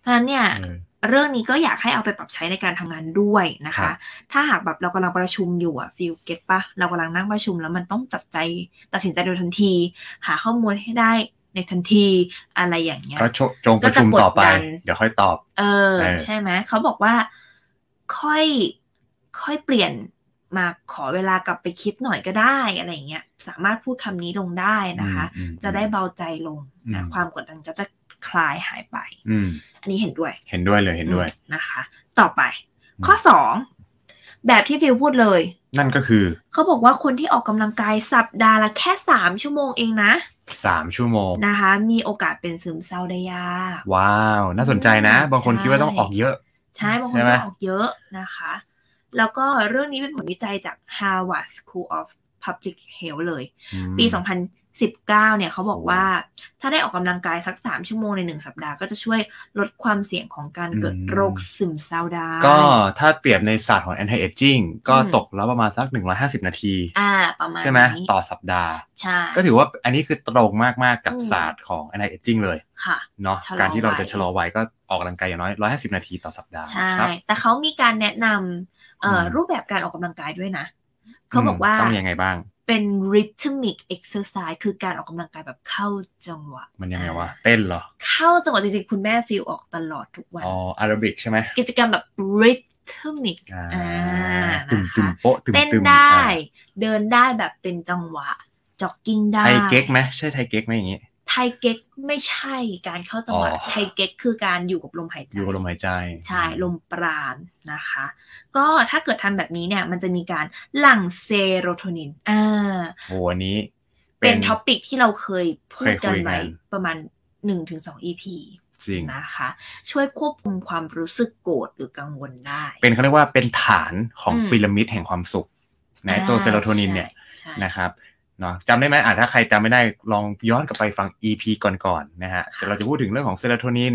S2: เพราะฉะนั้นเนี่ย
S1: เออ
S2: เรื่องนี้ก็อยากให้เอาไปปรับใช้ในการทำงานด้วยนะ
S1: ครั
S2: คะ
S1: บ
S2: ถ้าหากแบบเรากำลังประชุมอยู่อะฟิลเก็ตปะเรากำลังนั่งประชุมแล้วมันต้องตัดใจตัดสินใจโดยทันที หาข้อมูลให้ได้ในทันทีอะไรอย่างเงี้ย
S1: ก็จงประชุมต่อไป
S2: ก็จะกดดัน
S1: เดี๋ยวค่อยตอบ
S2: เออ
S1: เออ
S2: ใช่ไหมเขาบอกว่าค่อยค่อยเปลี่ยนมาขอเวลากลับไปคิดหน่อยก็ได้อะไรอย่างเงี้ยสามารถพูดคำนี้ลงได้นะคะ
S1: อืม
S2: จะได้เบาใจลงนะ
S1: อืม
S2: ความกดดันก็จะคลายหายไป
S1: อืม
S2: อันนี้เห็นด้วย
S1: เห็นด้วยเลยเห็นด้วย
S2: อืมนะคะ ต่อไป
S1: อืม
S2: ข้อสองแบบที่ฟิวพูดเลย
S1: นั่นก็คือ
S2: เขาบอกว่าคนที่ออกกำลังกายสัปดาห์ละแค่สามชั่วโมงเองนะ
S1: สามชั่วโมง
S2: นะคะ มีโอกาสเป็นซึมเศร้าได้ยาก
S1: ว้าว น่าสนใจนะ
S2: อืม
S1: บางคน
S2: ใช่
S1: คิดว่าต้องออกเยอะ
S2: ใช่บางคน
S1: ใช่ไหม
S2: ก็ออกเยอะนะคะ แล้วก็เรื่องนี้เป็นผลวิจัยจาก Harvard School of Public Health เลย
S1: อืม
S2: ปี 2019 เนี่ยเขาบอก
S1: โอ้
S2: ว่า ถ้าได้ออกกำลังกายสัก 3 ชั่วโมงใน 1 สัปดาห์ก็จะช่วยลดความเสี่ยงของการเกิด
S1: อืม
S2: โรคซึมเศร้าได้
S1: ก็ถ้าเปรียบในศาสตร์ของ anti aging ก็
S2: อืม
S1: ตกแล้วประมาณสัก 150 นาที
S2: อ่า ประมาณ
S1: ใช่ไหม
S2: นี้
S1: ต่อสัปดาห์
S2: ใช่
S1: ก็ถือว่าอันนี้คือตรงมากๆกับศาสตร์ของ anti aging เลย
S2: ค่ะ
S1: เนาะ
S2: ชะลอ
S1: การที่เราจะ
S2: วัย
S1: ชะลอวัยก็ออกกำลังกายอย่างน้อย 150 นาทีต่อสัปดาห์
S2: ใช่
S1: ครับ
S2: แต่เขามีการแนะนำเอ่ออ
S1: ม
S2: รูปแบบการออกกำลังกายด้วยนะ เขาบอกว่า
S1: มต้องยังไงบ้าง
S2: เป็น rhythmic exercise คือการออกกำลังกายแบบเข้าจังหวะ
S1: มันยังไงวะ เต้นเหรอ
S2: เข้าจังหวะจริงๆ คุณแม่ฟิลออกตลอดทุกวัน
S1: อ๋อแอโรบิกใช่ไหม
S2: กิจกรรมแบบ rhythmic
S1: อ่า
S2: อ่า
S1: ตุ่ม
S2: นะคะ
S1: ตุ่มโป๊ะตุ่ม
S2: เต้น
S1: ตุ่ม
S2: ได้
S1: อ่า
S2: เดินได้แบบเป็นจังหวะจ็อกกิ้งได้
S1: ไทยเก๊กไหมใช่ไทยเก๊กไหมอย่างงี้
S2: ไทยเก๊กไม่ใช่การเข้าจังหวะ
S1: อ๋อ
S2: ไทยเก๊กคือการอยู่กับลมหายใจ
S1: อยู่กับลมหายใจ
S2: ใช่ลมปราณนะคะ ก็ถ้าเกิดทำแบบนี้เนี่ย มันจะมีการหลั่งเซโรโทนินอ่า
S1: โหอันนี้
S2: เป็นท็อปิกที่เราเคยพูดกัน
S1: เคยคุยกัน
S2: ไว้ประมาณ 1-2 EP
S1: จริง
S2: นะคะ ช่วยควบคุมความรู้สึกโกรธหรือกังวลได้
S1: เป็นเขาเรียกว่าเป็นฐานของ
S2: อืม
S1: พีระมิดแห่งความสุขนะตัวเซโรโทนินเนี่ย
S2: ใช่
S1: นะครับเนาะจำได้ไหมอ่ะถ้าใครจำไม่ได้ลองย้อนกลับไปฟัง EP ก่อนๆนะฮะ
S2: ค่ะ
S1: แต่เราจะพูดถึงเรื่องของเซโรโทนิน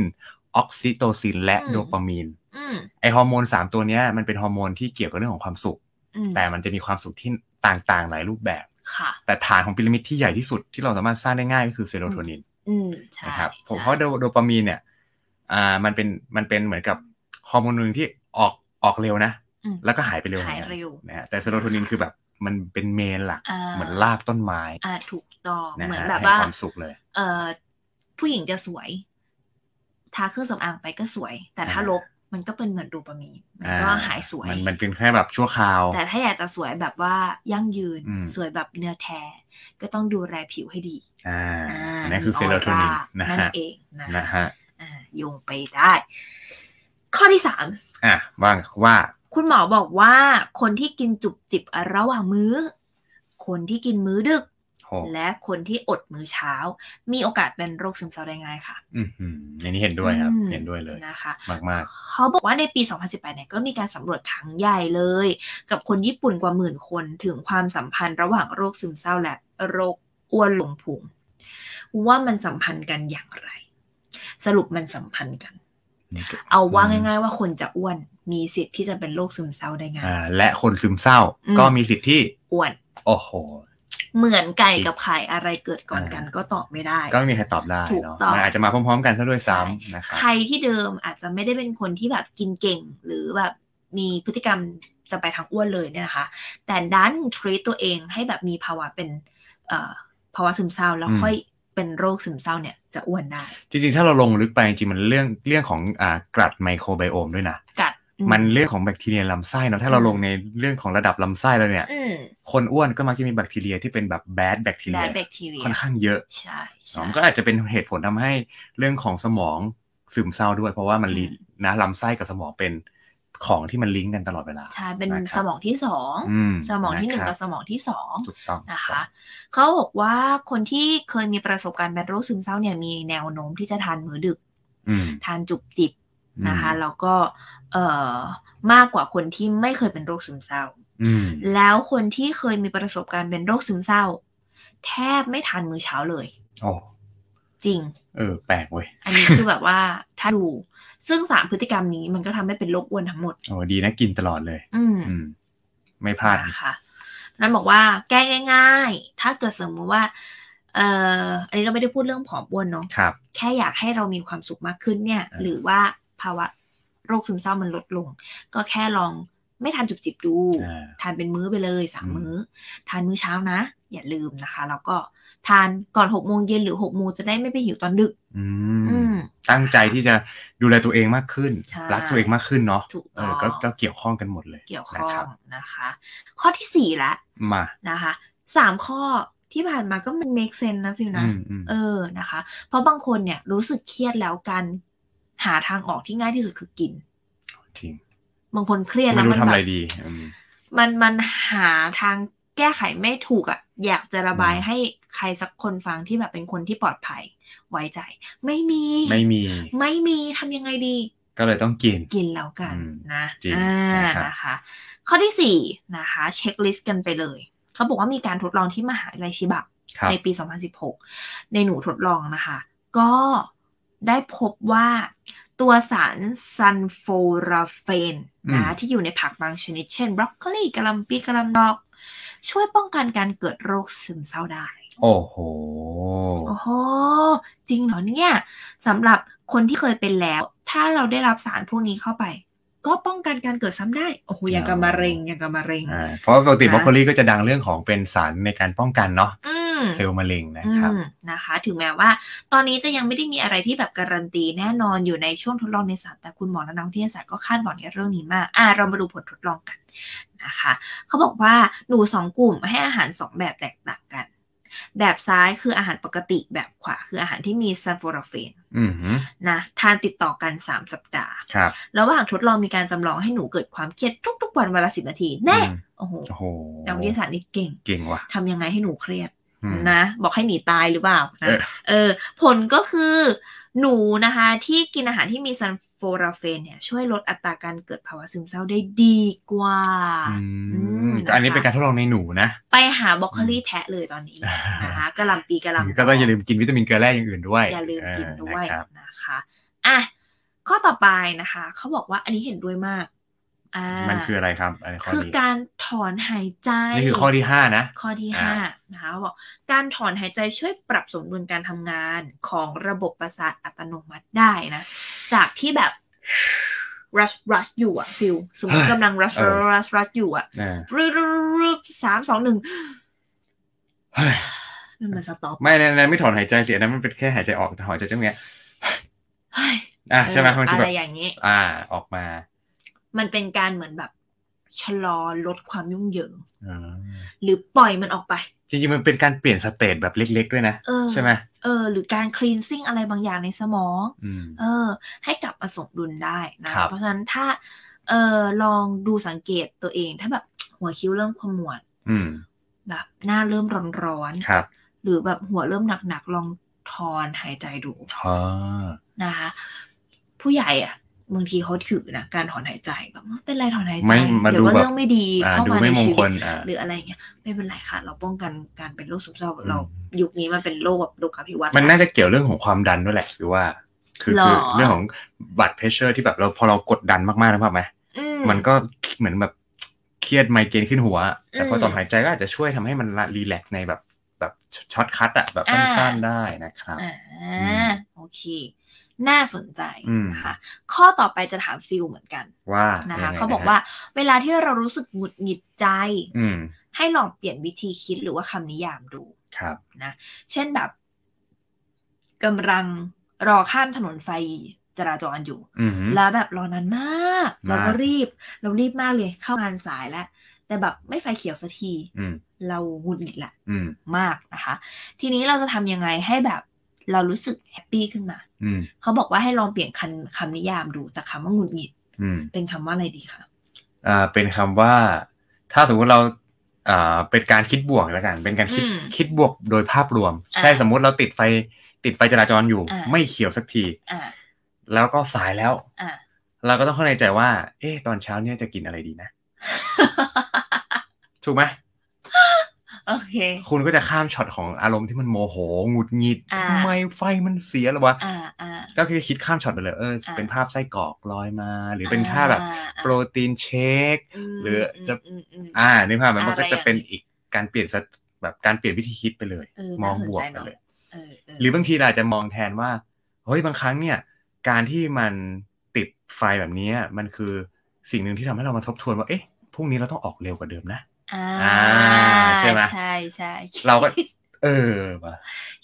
S1: ออกซิโตซิน และ
S2: อืม
S1: โดปามีน
S2: อืม
S1: ไอฮอร์โมน 3 ตัวเนี้ยมันเป็นฮอร์โมนที่เกี่ยวกับเรื่องของความสุข
S2: อืม
S1: แต่มันจะมีความสุขที่ต่างๆ หลายรูปแบบ
S2: ค่ะ
S1: แต่ฐานของพีระมิดที่ใหญ่ที่สุดที่เราสามารถสร้างได้ง่ายก็คือเซโรโทนิน
S2: อืมใช่
S1: นะครับผม
S2: ใช่
S1: เพราะโดโดปามีนเนี่ยอ่ามันเป็นมันเป็นเหมือนกับฮอร์โมนหนึ่งที่ออกออกเร็วนะ
S2: อืม
S1: แล้วก็หายไปเร็วเหมือน
S2: หาย
S1: กัน
S2: เร็ว
S1: นะฮะแต่เซโรโทนินคือแบบมันเป็นเมนหลัก
S2: อ่า
S1: เหมือนลากต้นไม้
S2: อ่าถูกต้อง
S1: นะฮะ
S2: เหมือนแบบ
S1: ให้
S2: ว่า
S1: ความสุขเลย
S2: เอ่อผู้หญิงจะสวยทาเครื่องสำอางไปก็สวย แต่ถ้า
S1: อ่า
S2: ลบมันก็เป็นเหมือนโดูปามีนมัน
S1: อ่
S2: ก็หายสวย
S1: มันมันเป็นแค่แบบชั่วคราว
S2: แต่ถ้าอยากจะสวยแบบว่ายั่งยืน
S1: อืม
S2: สวยแบบเนื้อแท้ ก็ต้องดูแลผิวให้ดี
S1: อ่า
S2: อ่า
S1: อันนั่นคือ
S2: มี
S1: เซโรโทนิน
S2: ออร่า
S1: นะ
S2: นั่น
S1: ฮะ
S2: เองนะ
S1: นะฮะ
S2: อ่าโยงไปได้ ข้อที่สาม
S1: อ่ะว่างว่า
S2: คุณหมอบอกว่า คนที่กินจุบจิบระหว่างมื้อ คนที่กินมื้อดึก
S1: โห
S2: และคนที่อดมื้อเช้า มีโอกาสเป็นโรคซึมเศร้าได้ง่ายค่ะ
S1: อืมอันนี้เห็นด้วยครับ
S2: อืม
S1: เห็นด้วยเลย
S2: นะคะ
S1: มากมาก
S2: เขาบอกว่าในปี 2018 เนี่ยก็มีการสำรวจครั้งใหญ่เลย กับคนญี่ปุ่นกว่าหมื่นคนถึงความสัมพันธ์ระหว่างโรคซึมเศร้าและโรคอ้วนลงพุงว่ามันสัมพันธ์กันอย่างไร สรุปมันสัมพันธ์กัน
S1: ๆ
S2: เอาว่าง่ายๆว่าคนจะอ้วนมีสิทธิ์ที่จะเป็นโรคซึมเศร้าได้ง่าย
S1: อ่าและคนซึมเศร้า
S2: อืม
S1: ก็มีสิทธิ์ที่
S2: อ้วน
S1: โอ้โห
S2: เหมือนไก่กับไข่อะไรเกิดก่อนกันก็ตอบไม่ได้
S1: ก็ไม่มีใครตอบได้
S2: ถูก
S1: เนาะ
S2: ต้อง
S1: มันอาจจะมาพร้อม ๆ กันซะด้วย
S2: ใช่
S1: ซ้ำนะครั
S2: ใค
S1: บ
S2: รที่เดิมอาจจะไม่ได้เป็นคนที่แบบกินเก่ง หรือแบบมีพฤติกรรมจะไปทางอ้วนเลยเนี่ยนะคะ แต่ดัน treat ตัวเองให้แบบมีภาวะเป็นเอ่อภาวะซึมเศร้าแล้วค่อยเป็นโรคซึมเศร้าเนี่ยจะอ้วนได้
S1: จริงๆ ถ้าเราลงลึกไปจริงๆมันเรื่องเรื่องของอ่ากรัดไมโครไบโอมด้วยนะ
S2: กัด อืม
S1: มันเรื่องของแบคทีเรียลำไส้เนาะถ้าเราลงในเรื่องของระดับลำไส้แล้วเนี่ย
S2: อืม
S1: คนอ้วนก็มักจะมีแบคทีเรียที่เป็นแบบแบดแบคที
S2: แบ
S1: เรีย
S2: ดแบคทีเรีย
S1: ค่อนข้างเยอะ
S2: ใช่
S1: เนาะ
S2: ใช่
S1: มันก็อาจจะเป็นเหตุผลทำให้เรื่องของสมองซึมเศร้าด้วย เพราะว่ามัน
S2: อืม
S1: ลิงก์นะลำไส้กับสมองเป็นของที่มันลิงก์กันตลอดเวลา
S2: ใช่เป็น
S1: นะครับ
S2: สมองที่สอง
S1: อื
S2: สมองที่หนึ่ง
S1: ะครั
S2: กับสมองที่สอง
S1: ถูกต้อง
S2: นะคะเขาบอกว่าคนที่เคยมีประสบการณ์เป็นโรคซึมเศร้าเนี่ยมีแนวโน้มที่จะทานมื้อดึก
S1: อืม
S2: ทานจุบจิบนะคะ
S1: อืม
S2: แล้วก็เอ่อมากกว่าคนที่ไม่เคยเป็นโรคซึมเศร้า
S1: อืม
S2: แล้วคนที่เคยมีประสบการณ์เป็นโรคซึมเศร้า แทบไม่ทานมื้อเช้าเลย
S1: โอ้
S2: จริง
S1: เออ แปลกเว้ย
S2: อันนี้คือแบบว่า ถ้าดูซึ่งสามพฤติกรรมนี้มันก็ทำให้เป็นโรคอ้วนทั้งหมด
S1: โอ้ดีนะกินตลอดเลย
S2: อืม
S1: อืม ไม่พลาด
S2: นะคะนั้นบอกว่าแก้ง่ายๆ ถ้าเกิดสมมติว่า เอ่อ อันนี้เราไม่ได้พูดเรื่องผอมอ้วนเนาะ
S1: ครับ
S2: แค่อยากให้เรามีความสุขมากขึ้นเนี่ย
S1: อ่า
S2: หรือว่าภาวะโรคซึมเศร้ามันลดลง ก็แค่ลองไม่ทานจุบจิบดู
S1: อ่า
S2: ทานเป็นมื้อไปเลยสาม
S1: อืม
S2: มื้อ ทานมื้อเช้านะ อย่าลืมนะคะ แล้วก็ทานก่อนหกโมงเย็นหรือหกโมงจะได้ไม่ไปหิวตอนดึก
S1: อื
S2: อื
S1: ม
S2: ม
S1: ตั้งใจที่จะดูแลตัวเองมากขึ้น
S2: ใช่
S1: รักตัวเองมากขึ้นเนาะ
S2: ถูก
S1: เอ
S2: ต้อง
S1: อก็ก็เกี่ยวข้องกันหมดเลย
S2: เกี่ยวข้
S1: นะค
S2: อง
S1: รับ
S2: นะคะ ข้อที่สี่ละ
S1: มา
S2: นะคะสามข้อที่ผ่านมาก็มัน make sense นะฟิวนะ
S1: อืมอืม
S2: เออนะคะ เพราะบางคนเนี่ยรู้สึกเครียดแล้วกัน หาทางออกที่ง่ายที่สุดคือกิน
S1: จริง
S2: บางคนเครียด
S1: ไม่
S2: แล้ว
S1: รู้
S2: มัน
S1: ทำ
S2: แบ
S1: อะไร
S2: บ
S1: ดีอืม
S2: มันมันหาทางแก้ไขไม่ถูกอะ่ะ อยากจะระบาย
S1: อืม
S2: ให้ใครสักคนฟังที่แบบเป็นคนที่ปลอดภัยไว้ใจ ไม่มี
S1: ไม่มี
S2: ไม่มีทำยังไงดี
S1: ก็เลยต้องกิน
S2: กินแล้วกัน
S1: อืม
S2: นะ
S1: จริง
S2: อ่า
S1: นะครับ
S2: นะคะ ข้อที่สี่นะคะเช็คลิสต์กันไปเลย เขาบอกว่ามีการทดลองที่มหาวิทยาลัยชิบะ
S1: ครับ
S2: ในปี 2016 ในหนูทดลองนะคะ ก็ได้พบว่าตัวสารซันโฟราเฟนนะที่อยู่ในผักบางชนิด เช่นบรอกโคลีกะหล่ำปีกะหล่ำดอก ช่วยป้องกันการเกิดโรคซึมเศร้าได้
S1: โอ้โห
S2: โอ้โห จริงเหรอเนี่ยสำหรับคนที่เคยเป็นแล้ว ถ้าเราได้รับสารพวกนี้เข้าไป ก็ป้องกันการเกิดซ้ำได้ โอ้โห อย่างกับมะเร็งอย่างกับมะเร็ง
S1: อ่าเพราะปกติ
S2: นะ
S1: บรอกโคลีก็จะดังเรื่องของเป็นสารในการป้องกันเนาะ
S2: อืม
S1: เซลล์มะเร็งนะครับ
S2: อืมนะคะ ถึงแม้ว่า ตอนนี้จะยังไม่ได้มีอะไรที่แบบการันตีแน่นอนอยู่ในช่วงทดลองในสัตว์แต่คุณหมอและนักวิทยาศาสตร์ก็คาดหวังในเรื่องนี้มาก อ่ะเรามาดูผลทดลองกันนะคะ เขาบอกว่าหนูสองกลุ่มให้อาหารสองแบบแตกต่างกัน แบบซ้ายคืออาหารปกติแบบขวาคืออาหารที่มีซัลโฟราเฟน
S1: อืมฮึ
S2: นะทานติดต่อกัน 3 สัปดาห์
S1: ครับ
S2: ระหว่างทดลองมีการจำลองให้หนูเกิดความเครียดทุกๆวันเวนลาสิบนาทีแน่
S1: อืม
S2: โอ้โห
S1: โอ้โห
S2: นักวิทยาศาสตร์นี่เก่ง
S1: เก่งว่ะ
S2: ทำยังไงให้หนูเครียด
S1: อืม
S2: นะบอกให้หนีตายหรือเปล่านะ
S1: เออ
S2: เออ ผลก็คือหนูนะคะที่กินอาหารที่มีซันโฟราเฟนเนี่ย ช่วยลดอัตราการเกิดภาวะซึมเศร้าได้ดีกว่า
S1: อื
S2: อื
S1: ม
S2: ม
S1: ก็อันนี้
S2: นะคะ
S1: เป็นการทดลองในหนูนะ
S2: ไปหาบล็อกโคลี่แทะเลยตอนนี้ นะคะกระหลำปีกระหลำ
S1: ก็ต้องอย่าลืมกินวิตามินเกลือแร่อย่างอื่นด้วย
S2: อย่าลืมกินด้วย
S1: เออนะครับ
S2: นะคะอ่ะข้อต่อไปนะคะ เขาบอกว่าอันนี้เห็นด้วยมากอ่า
S1: มั
S2: มัน
S1: คืออะไรครับอันนี้ข้อ
S2: คือ
S1: นี้
S2: การถอนหายใจ
S1: นี่คือข้อที่ห้านะ
S2: ข้อที่
S1: อ่า
S2: ห้านะคะบอกการถอนหายใจช่วยปรับสมดุลการทำงานของระบบประสาทอัตโนมัติได้นะ จากที่แบบ rush rush อยู่อะฟิลสมมติกำลัง rush rush rush rush อยู่อะ
S1: เออ
S2: รึรึรึสามสองหนึ่ง
S1: เฮ้ย
S2: มันมาสต็อป
S1: ไม่นะนะไม่ถอนหายใจสิอันนั้นมันเป็นแค่หายใจออกแต่ถอนหายใจจังเนี้ย
S2: เฮ้ย
S1: อ่ะใช่ไหม
S2: เออ
S1: มันคือ
S2: อะ
S1: แบ
S2: ไร
S1: บ
S2: อย่างนี้
S1: อ่าออกมา
S2: มันเป็นการเหมือนแบบ ชะลอลดความยุ่งเหยิง
S1: อ่า
S2: หรือปล่อยมันออกไป
S1: จริงๆมันเป็นการเปลี่ยนสเตจแบบเล็ก ๆ ด้วยนะ
S2: เออ
S1: ใช่ไหม
S2: เออ หรือการ cleansing อะไรบางอย่างในสมอง
S1: อืม
S2: เออให้กลับมาสมดุลได้นะครับ เพราะฉะนั้นถ้าเออลองดูสังเกตตัวเอง ถ้าแบบหัวคิ้วเริ่มขมวด
S1: อืม
S2: แบบหน้าเริ่มร้อนๆ
S1: ครับ
S2: หรือแบบหัวเริ่มหนักๆลองถอนหายใจดู
S1: อ๋อ
S2: นะคะผู้ใหญ่อะบางทีเขาถือนะการถอนหายใจแบบไม่เป็นไรถอนหายใจ
S1: ไม่มา
S2: เดี๋ย
S1: ดู
S2: วก็
S1: แบบ
S2: เรื่องไม่ดี
S1: อ่า
S2: เข้า
S1: ดู
S2: มาใน
S1: ไม่มง
S2: ชี
S1: ค
S2: วิต
S1: ลอ่า
S2: หรืออะไรเงี้ยไม่เป็นไรค่ะ เราป้องกันการเป็นโรคซึมเศร้า
S1: อืม
S2: เรายุคนี้มันเป็นโรคแบบโรคอภิวัตน์
S1: มันน่าจะเกี่ยวเรื่องของความดันด้วยแหละหรือว่า คือ
S2: หรอ
S1: คือเรื่องของบัตรเพชเชอร์ที่แบบเราพอเรากดดันมากๆนะครับไหม
S2: อื
S1: มันก็เหมือนแบบเครียดไมเกรนขึ้นหัว แต่พอ
S2: อืม
S1: ตอนหายใจก็อาจจะช่วยทำให้มันละรีแลกซ์ในแบบแบบช็อตคัทอะแบบ
S2: อ่า
S1: สั้นๆได้นะครับ
S2: อ่า
S1: อืม
S2: โอเค น่าสนใจ
S1: อืม
S2: นะคะ ข้อต่อไปจะถามฟิลเหมือนกัน
S1: ว่า
S2: นะ
S1: ยัง
S2: คะ
S1: ไง
S2: เขาบอกว่าเวลาที่เรารู้สึกหงุดหงิดใจ
S1: อืม
S2: ให้ลองเปลี่ยนวิธีคิดหรือว่าคำนิยามดู
S1: ครับ
S2: เช่นแบบกำลังรอข้ามถนนไฟ จราจรอยู่
S1: อืม
S2: แล้วแบบรอนานมาก เราก็
S1: มาก
S2: รีบ เรารีบมากเลยเข้างานสายแล้ว แต่แบบไม่ไฟเขียวสักที
S1: อืม
S2: เราหงุดหงิดละ
S1: อืม
S2: มากนะคะ ทีนี้เราจะทำยังไงให้แบบเรารู้สึกแฮปปี้ขึ้นมา
S1: อืม
S2: เขาบอกว่าให้ลองเปลี่ยนคำคำนิยามดูจากคำว่าหงุดหงิด
S1: อืม
S2: เป็นคำว่าอะไรดีคะ
S1: อ่าเป็นคำว่า ถ้าสมมติเราอ่าเป็นการคิดบวกแล้วกัน เป็นการคิด
S2: อืม
S1: คิดบวกโดยภาพรวม
S2: อ่า
S1: ใช่สมมติเราติดไฟติดไฟจราจรอยู่
S2: อ่า
S1: ไม่เขียวสักที
S2: อ่า
S1: แล้วก็สายแล้ว
S2: อ่า
S1: เราก็ต้องเข้าในใจว่า เอ๊ะตอนเช้าเนี่ยจะกินอะไรดีนะถูกไหม
S2: โอเค
S1: คุณก็จะข้ามช็อตของอารมณ์ที่มันโมโหหงุดหงิด
S2: อ่า
S1: ทำไมไฟมันเสียหรอวะ
S2: อ่าอ่า
S1: ก็คือคิดข้ามช็อตไปเลยเออ
S2: อ่า
S1: เป็นภาพไส้กรอกลอยมา หรือเป็นภาพแบบ
S2: อ่
S1: โปรตีนเชค
S2: ม
S1: หรือจะ
S2: มมม
S1: อ่านึกภาพไหมมันก็
S2: อะไร
S1: จะเป็น
S2: อย่างนี้
S1: อีกการเปลี่ยนสตแบบการเปลี่ยนวิธีคิดไปเลย
S2: เออ
S1: ม
S2: น่า
S1: อง
S2: สน
S1: บวกไป
S2: ใจเนาะ
S1: เลย
S2: เออเออ
S1: หรือบางทีเราอาจจะมองแทนว่าเฮ้ยบางครั้งเนี่ย การที่มันติดไฟแบบเนี้ยมันคือสิ่งหนึ่งที่ทำให้เรามาทบทวนว่าเอ๊ะพรุ่งนี้เราต้องออกเร็วกว่าเดิมนะ
S2: อ่า
S1: อ่าใช่ไหม
S2: ใช่ใช่
S1: เราก็ เออว่ะ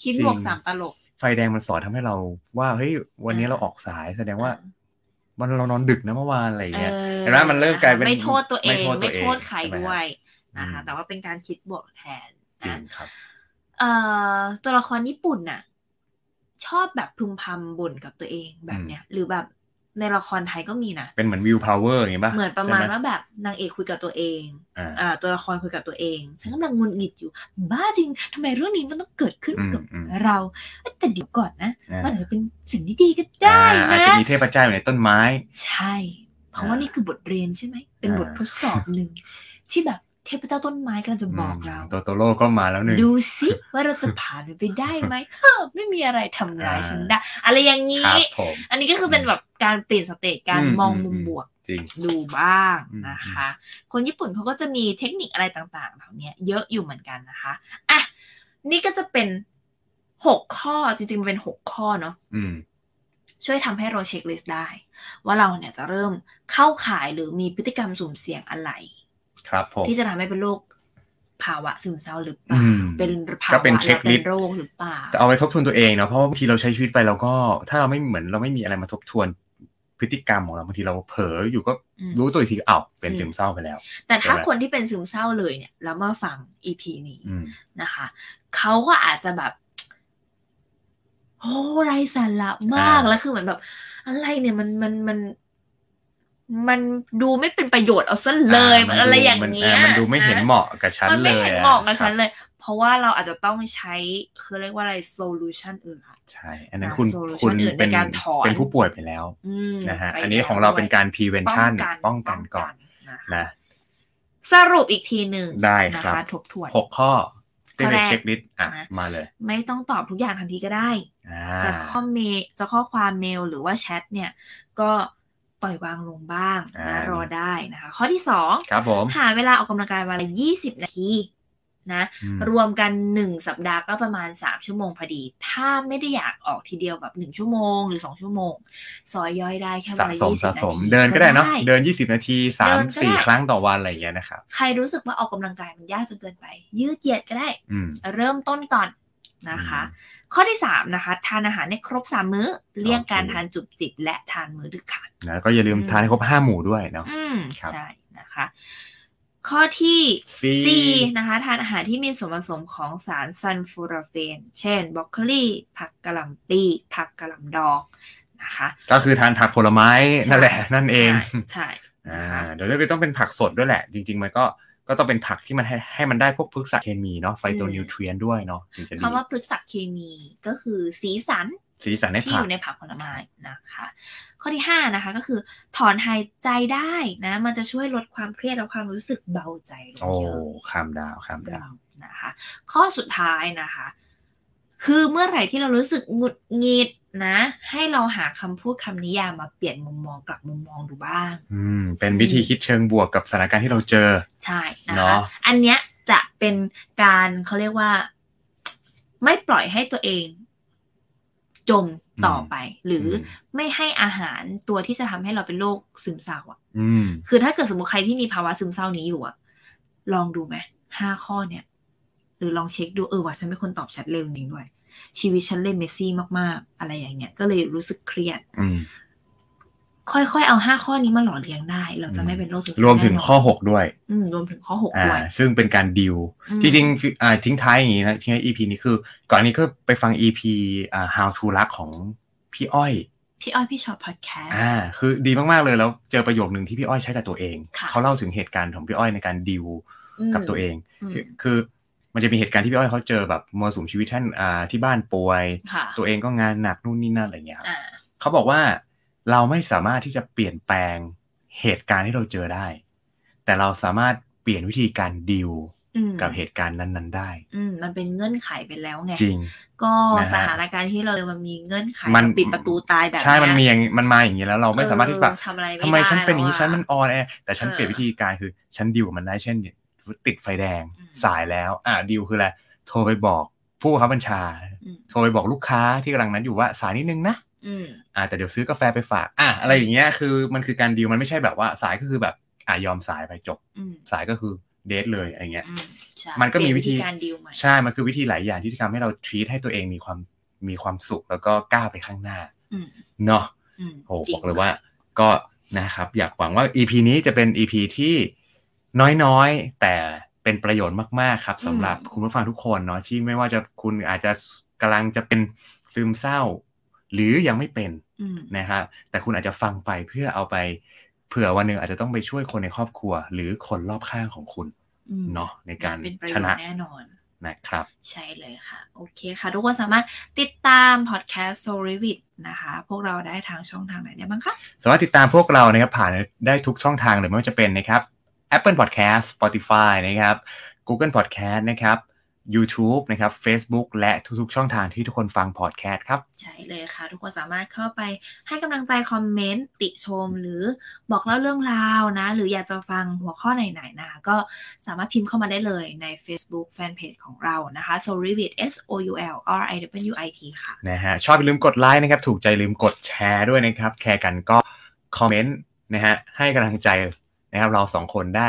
S2: คิด
S1: จริง
S2: บวกสามตลก
S1: ไฟแดงมันสอนทำให้เราว่าเฮ้ยวันนี้
S2: อ่า
S1: เราออกสายแสดงว่าวันเรานอนดึกนะเมื่อวานอะไรอย่างเงี้ย
S2: ออ
S1: เห็นไหมมันเริ่มกลายเป็น
S2: ไม่โทษตัวเอง
S1: ไม่โทษ
S2: ไม่
S1: ตัวเอง
S2: โทษใคร
S1: ใช่ไหม
S2: ด้วย
S1: ครับ
S2: นะ
S1: อืม
S2: คะแต่ว่าเป็นการคิดบวกแทน
S1: จริง
S2: นะครับ เอ่อตัวละครญี่ปุ่นน่ะ ชอบแบบพึมพำบ่นกับตัวเองแบบเนี้ย หรือแบบในละครไทยก็มีนะ
S1: เป็นเหมือนวิวพาวเวอร์อย่างงี้ป่ะ
S2: เหมือนประมาณ
S1: ใช่ไห
S2: ว่าแบบนางเอกคุยกับตัวเอง
S1: อ่า
S2: อ่าตัวละครคุยกับตัวเอง ฉันกำลังงุนงิดอยู่ บ้าจริงทำไมเรื่องนี้มันต้องเกิดขึ้น
S1: อืม
S2: กับ
S1: อืม
S2: เราเอ้ยแต่เดี๋ยวก่อนนะ
S1: อ่า
S2: มันอาจจะเป็นสิ่งที่ดีก็ได้
S1: อ่าอาจ
S2: นะ
S1: จะมีเทพเจ้าอยู่ในต้นไม้
S2: ใช่ เพราะว่า
S1: อ่านี่
S2: นี่คือบทเรียนใช่ไหม เป็น
S1: อ่า
S2: บททดสอบหนึ่ง ที่แบบเทพเจ้าต้นไม้กำลังจะบอกเรา
S1: มตัวโตโร่ก็มาแล้วหนึ่ง
S2: ดูสิว่าเราจะผ่านมันไปได้ไหม เฮ้อไม่มีอะไรทำร้าย
S1: อ่า
S2: ฉันได้ อะไรอย่าง
S1: ค
S2: นี้
S1: รับผม
S2: อันนี้ก็คือเป็นแบบการเปลี่ยนสเตจการ
S1: อืม
S2: มอง
S1: อืม
S2: มุม
S1: อืม
S2: บวก
S1: จริง
S2: ดูบ้าง
S1: อืม
S2: นะคะ คนญี่ปุ่นเขาก็จะมีเทคนิคอะไรต่างๆ เหล่านี้เยอะอยู่เหมือนกันนะคะอ่ะนี่ก็จะเป็นหกข้อจริงๆมันเป็นหกข้อเนาะ
S1: อืม
S2: ช่วยทำให้เราเช็คลิสต์ได้ ว่าเราเนี่ยจะเริ่มเข้าข่ายหรือมีพฤติกรรมสุ่มเสี่ยงอะไร
S1: ครับผม
S2: ที่จะทำให้เป็นโรคภาวะซึมเศร้าหรือเปล่า
S1: อืม
S2: เป็นภาวะ
S1: ก็เป็นเช็คลิสต์
S2: ป็นโรคหรือเปล่า
S1: แต่เอาไว้ทบทวนตัวเองเนาะเพราะว่าบางทีเราใช้ชีวิตไปเราก็ ถ้าเราไม่เหมือนเราไม่มีอะไรมาทบทวนพฤติกรรมของเราบางทีเราเผลออยู่ก็
S2: อืม
S1: รู้ตัวอีกทีอ้าวเป็นซึมเศร้าไปแล้ว
S2: แต่ถ้า
S1: ใช่ไหม
S2: คนที่เป็นซึมเศร้าเลยเนี่ยแล้วมาฟัง EP นี้
S1: อืม
S2: นะคะ เขาก็อาจจะแบบโอ้ไรสาระมาก
S1: อ่า
S2: แล้วคือเหมือนแบบ อะไรเนี่ยมันมันมันมันดูไม่เป็นประโยชน์เอาซะเลยมันอะไรอย่าง
S1: มัน
S2: เงี้ย
S1: มันดูไม่เห็น
S2: นะ
S1: เหมาะกับฉัน
S2: มัน
S1: เล
S2: ไม่
S1: ย
S2: เห็นเหมาะกับ
S1: อะ
S2: ฉั
S1: ค
S2: น
S1: รับ
S2: เลย เพราะว่าเราอาจจะต้องใช้คือเรียกว่าอะไรโซลูชันอื่นอะ
S1: ใช่อันนั้นคุณ
S2: หา solution
S1: คุณ
S2: อื่นใน
S1: เป็น
S2: การถอน
S1: เป็นผู้ป่วยไปแล้ว
S2: อืม
S1: นะฮะ
S2: ไป
S1: อันนี้ของเราเป็นการ
S2: ป้อง
S1: prevention
S2: กัน
S1: ป้องกันก่อน
S2: นะคะ
S1: นะ
S2: สรุปอีกทีหนึ่ง
S1: ได้ครับ
S2: นะคะทบทวน
S1: หกข้อที่เป็น
S2: ข้อแรก
S1: เช็คลิสต์อ่ะ
S2: นะ
S1: มาเลย
S2: ไม่ต้องตอบทุกอย่างทันทีก็ได้
S1: อ่า
S2: จะข้อเมลจะข้อความเมลหรือว่าแชทเนี่ย ก็ปล่อยวางลงบ้าง
S1: อ่า
S2: นะ
S1: ร
S2: รอได้นะคะ ข้อที่สอง
S1: ครับผม
S2: หาเวลาออกกำลังกายวันละ20 นาทีนะ
S1: อืม
S2: รวมกัน 1 สัปดาห์ก็ประมาณ 3 ชั่วโมงพอดี ถ้าไม่ได้อยากออกทีเดียวแบบ 1 ชั่วโมงหรือ 2 ชั่วโมง ซอยย่อยได้แค่วั
S1: สะ
S2: นละ
S1: สม
S2: ยี่สิ
S1: สะ
S2: บนา
S1: สม
S2: ที
S1: เดินก็ได้เนาะเดิน 20 นาทีสาม
S2: เดินก็ได้
S1: สี่ครั้งต่อวันอะไรอย่างเงี้ยนะครับ
S2: ใครรู้สึกว่าออกกำลังกายมันยากจนเกินไป ยืดเหยียดก็ได้
S1: อืม
S2: เริ่มต้นก่อนนะคะ ข้อที่ 3 นะคะ ทานอาหารให้ครบ 3 มื้อ เลี่ยงการ
S1: โอเค
S2: ทานจุบจิบและทานมื้อดึกค่ะ
S1: แล้วก็อย่าลืม
S2: อืม
S1: ทานให้ครบห้าหมู่ด้วยเนาะ
S2: อืม
S1: ครับ
S2: ใช่นะคะ ข้อที่
S1: สี่
S2: สี่นะคะ ทานอาหารที่มีส่วนผสมของสารซันฟูราเฟน เช่นบรอกโคลีผักกะหล่ำปีผักกะหล่ำดองนะคะ
S1: ก็คือทานผักผลไม้นั่นแหละ นั่นเอง
S2: ใช่ใช่
S1: อ่า
S2: นะคะ
S1: เดี๋ยวจะต้องเป็นผักสดด้วยแหละ จริง ๆ มันก็ก็ต้องเป็นผักที่มันให้ให้มันได้พวกพฤกษเคมีเนาะไฟโตนิวเทรียนด้วยเนาะถึงจะดี
S2: คำว่าพฤกษเคมีก็คือสีสัน
S1: สีสันใน
S2: ที่
S1: ผั
S2: อก ยู่ในผักผลไม้นะคะ ข้อที่ 5 นะคะก็คือถอนหายใจได้นะ มันจะช่วยลดความเครียดและความรู้สึกเบาใจลง
S1: โอ้
S2: เยอะ
S1: ข้ามดาวข้ามดาว
S2: นะคะ ข้อสุดท้ายนะคะ คือเมื่อไหร่ที่เรารู้สึกหงุดหงิดนะ ให้เราหาคำพูดคำนิยามมาเปลี่ยนมุมมองกลับมุมมองดูบ้าง
S1: อืม เป็นวิธีคิดเชิงบวกกับสถานการณ์ที่เราเจอ
S2: ใช่นะ
S1: เน
S2: คะ
S1: อะ
S2: อันเนี้ยจะเป็นการเขาเรียกว่า ไม่ปล่อยให้ตัวเอง จมต่อไป หรืออ
S1: ม
S2: ไม่ให้อาหารตัวที่จะทำให้เราเป็นโรคซึมเศร้าอ่ะ
S1: อืม
S2: คือถ้าเกิดสมมติใครที่มีภาวะซึมเศร้านี้อยู่อ่ะ ลองดูไหมห้าข้อเนี่ย หรือลองเช็คดูเออว่าฉันเป็นคนตอบแชทเร็วจริงด้วย ชีวิตฉันเล่นเมสซี่มากๆ อะไรอย่างเงี้ย ก็เลยรู้สึกเครียด
S1: อืม
S2: ค่อยๆเอาห้าข้อนี้มาหล่อเลี้ยงได้ เราจะไม่เป็นโรคซึมเศร้าร
S1: วมถึงข้อหกด้วย
S2: อืมรวมถึงข้อหก
S1: อ่า
S2: ด้วย
S1: ซึ่งเป็นการดิว
S2: อืม
S1: จริงๆคืออ่าทิ้งท้ายอย่างนี้นะทิ้งท้าย EP นี้คือ ก่อนอันนี้ก็ไปฟัง EP อ่า How to รักของพี่อ้อย
S2: พี่อ้อยพี่ชอตพอดแคสต์
S1: อ่า คือดีมากๆเลยแล้วเจอประโยคหนึ่งที่พี่อ้อยใช้กับตัวเอง
S2: ค่ะ
S1: เขาเล่าถึงเหตุการณ์ของพี่อ้อยในการดิวกับตัวเอง
S2: อืม
S1: คือมันจะมีเหตุการณ์ที่พี่อ้อยเขาเจอแบบมรสุมชีวิตท่านอ่าที่บ้านป่วย
S2: ค่ะ
S1: ตัวเองก็งานหนักนู่นนี่นั่นอะไรอย่างเงี้ยครับ
S2: อ่า
S1: เขาบอกว่าเราไม่สามารถที่จะเปลี่ยนแปลงเหตุการณ์ที่เราเจอได้ แต่เราสามารถเปลี่ยนวิธีการดิว
S2: อืม
S1: กับเหตุการณ์นั้น ๆ ได้
S2: อืมมันเป็นเงื่อนไขไปแล้วไง
S1: จริง
S2: ก็
S1: นะฮะ
S2: สถานการณ์ที่เรามันมีเงื่อนไข
S1: มัน
S2: เราปิดประตูตายแบบ
S1: ใช่มันมี
S2: เย
S1: อย่างมันมาอย่างนี้แล้ว เราไม่สามารถที่จะแบบ
S2: เออทำอะไร
S1: ทำไม
S2: ด้
S1: ฉันเป็นอย่างนี้
S2: แล้วะ
S1: ฉันมันออนแอแต่ฉันเปลี่ยน
S2: เออ
S1: วิธีการคือฉันดิวกับมันได้เช่นเนี่ยติดไฟแดง
S2: อืม
S1: สายแล้ว อ่าดิวคืออะไรโทรไปบอกผู้บังคับบัญชา
S2: อืม
S1: โทรไปบอกลูกค้าที่กำลังนั้นอยู่ว่าสายนิดนึงนะ
S2: อืม
S1: อ่าแต่เดี๋ยวซื้อกาแฟไปฝากอ่ะอะไรอย่างเงี้ยคือมันคือการดีลมันไม่ใช่แบบว่าสายก็คือแบบอ่ะยอมสายไปจบ
S2: อืม
S1: สายก็คือเดทเลยอะไรเงี้ย
S2: อืมใช่
S1: มันก็มีวิธี
S2: เปลี่ยนการดีลใหม่
S1: ใช่ มันคือวิธีหลายอย่างที่ทำให้เราท e ี t ให้ตัวเองมีความมีความสุขแล้วก็ก้าวไปข้างหน้า
S2: อืม
S1: เนาะ
S2: อืม
S1: โอ้
S2: จริ
S1: บ
S2: ง
S1: อกเลยว่าก็นะครับอยากหวังว่า EP นี้จะเป็น EP ที่น้อยๆ แต่เป็นประโยชน์มากๆครับสำหรับคุณผู้ฟังทุกคนเนาะที่ไม่ว่าจะคุณอาจจะกำลังจะเป็นซึมเศร้า หรือยังไม่เป็น
S2: อืม
S1: นะครับแต่คุณอาจจะฟังไปเพื่อเอาไปเผื่อวันหนึ่งอาจจะต้องไปช่วยคนในครอบครัว หรือคนรอบข้างของคุณ
S2: อืม
S1: เนาะในการ
S2: เป็นประโย
S1: ช
S2: ช
S1: นะ
S2: น์แน่นอน
S1: นะครับ
S2: ใช่เลยค่ะ โอเคค่ะ ทุกคนสามารถติดตามพอดแคสต์โซลิวิดนะคะ พวกเราได้ทางช่องทางไหนได้บ้างคะ
S1: สามารถติดตามพวกเรานะครับผ่านได้ทุกช่องทางเลยไม่ว่าจะเป็นนะครับ Apple Podcast Spotify นะครับ Google Podcast นะครับ YouTube นะครับ Facebook และทุกๆ ช่องทางที่ทุกคนฟังพอดแคสต์ครับ
S2: ใช่เลยค่ะ ทุกคนสามารถเข้าไปให้กำลังใจคอมเมนต์ติชมหรือบอกเล่าเรื่องราวนะ หรืออยากจะฟังหัวข้อไหนๆนะก็สามารถพิมพ์เข้ามาได้เลยใน Facebook Fanpage ของเรานะคะ s o r i w i t S O U L R I W I T ค่ะ
S1: นะฮะชอบอย่าลืมกดไลค์นะครับ ถูกใจลืมกดแชร์ด้วยนะครับ แชร์กันก็คอมเมนต์นะฮะให้กำลังใจนะครับเราสองคนได้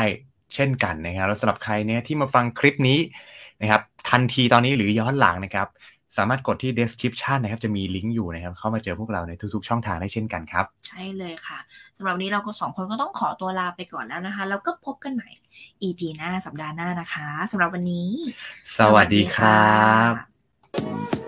S1: เช่นกันนะครับแล้วสำหรับใครเนี่ยที่มาฟังคลิปนี้นะครับทันทีตอนนี้หรือย้อนหลังนะครับ สามารถกดที่ description นะครับจะมีลิงก์อยู่นะครับ เข้ามาเจอพวกเราในทุกๆ ช่องทางได้เช่นกันครับ
S2: ใช่เลยค่ะสำหรับวันนี้เราก็สองคนก็ต้องขอตัวลาไปก่อนแล้วนะคะ แล้วก็พบกันใหม่ EP หน้าสัปดาห์หน้านะคะสำหรับวันนี้
S1: สวัสดีครับ
S2: สวัสดีค่ะ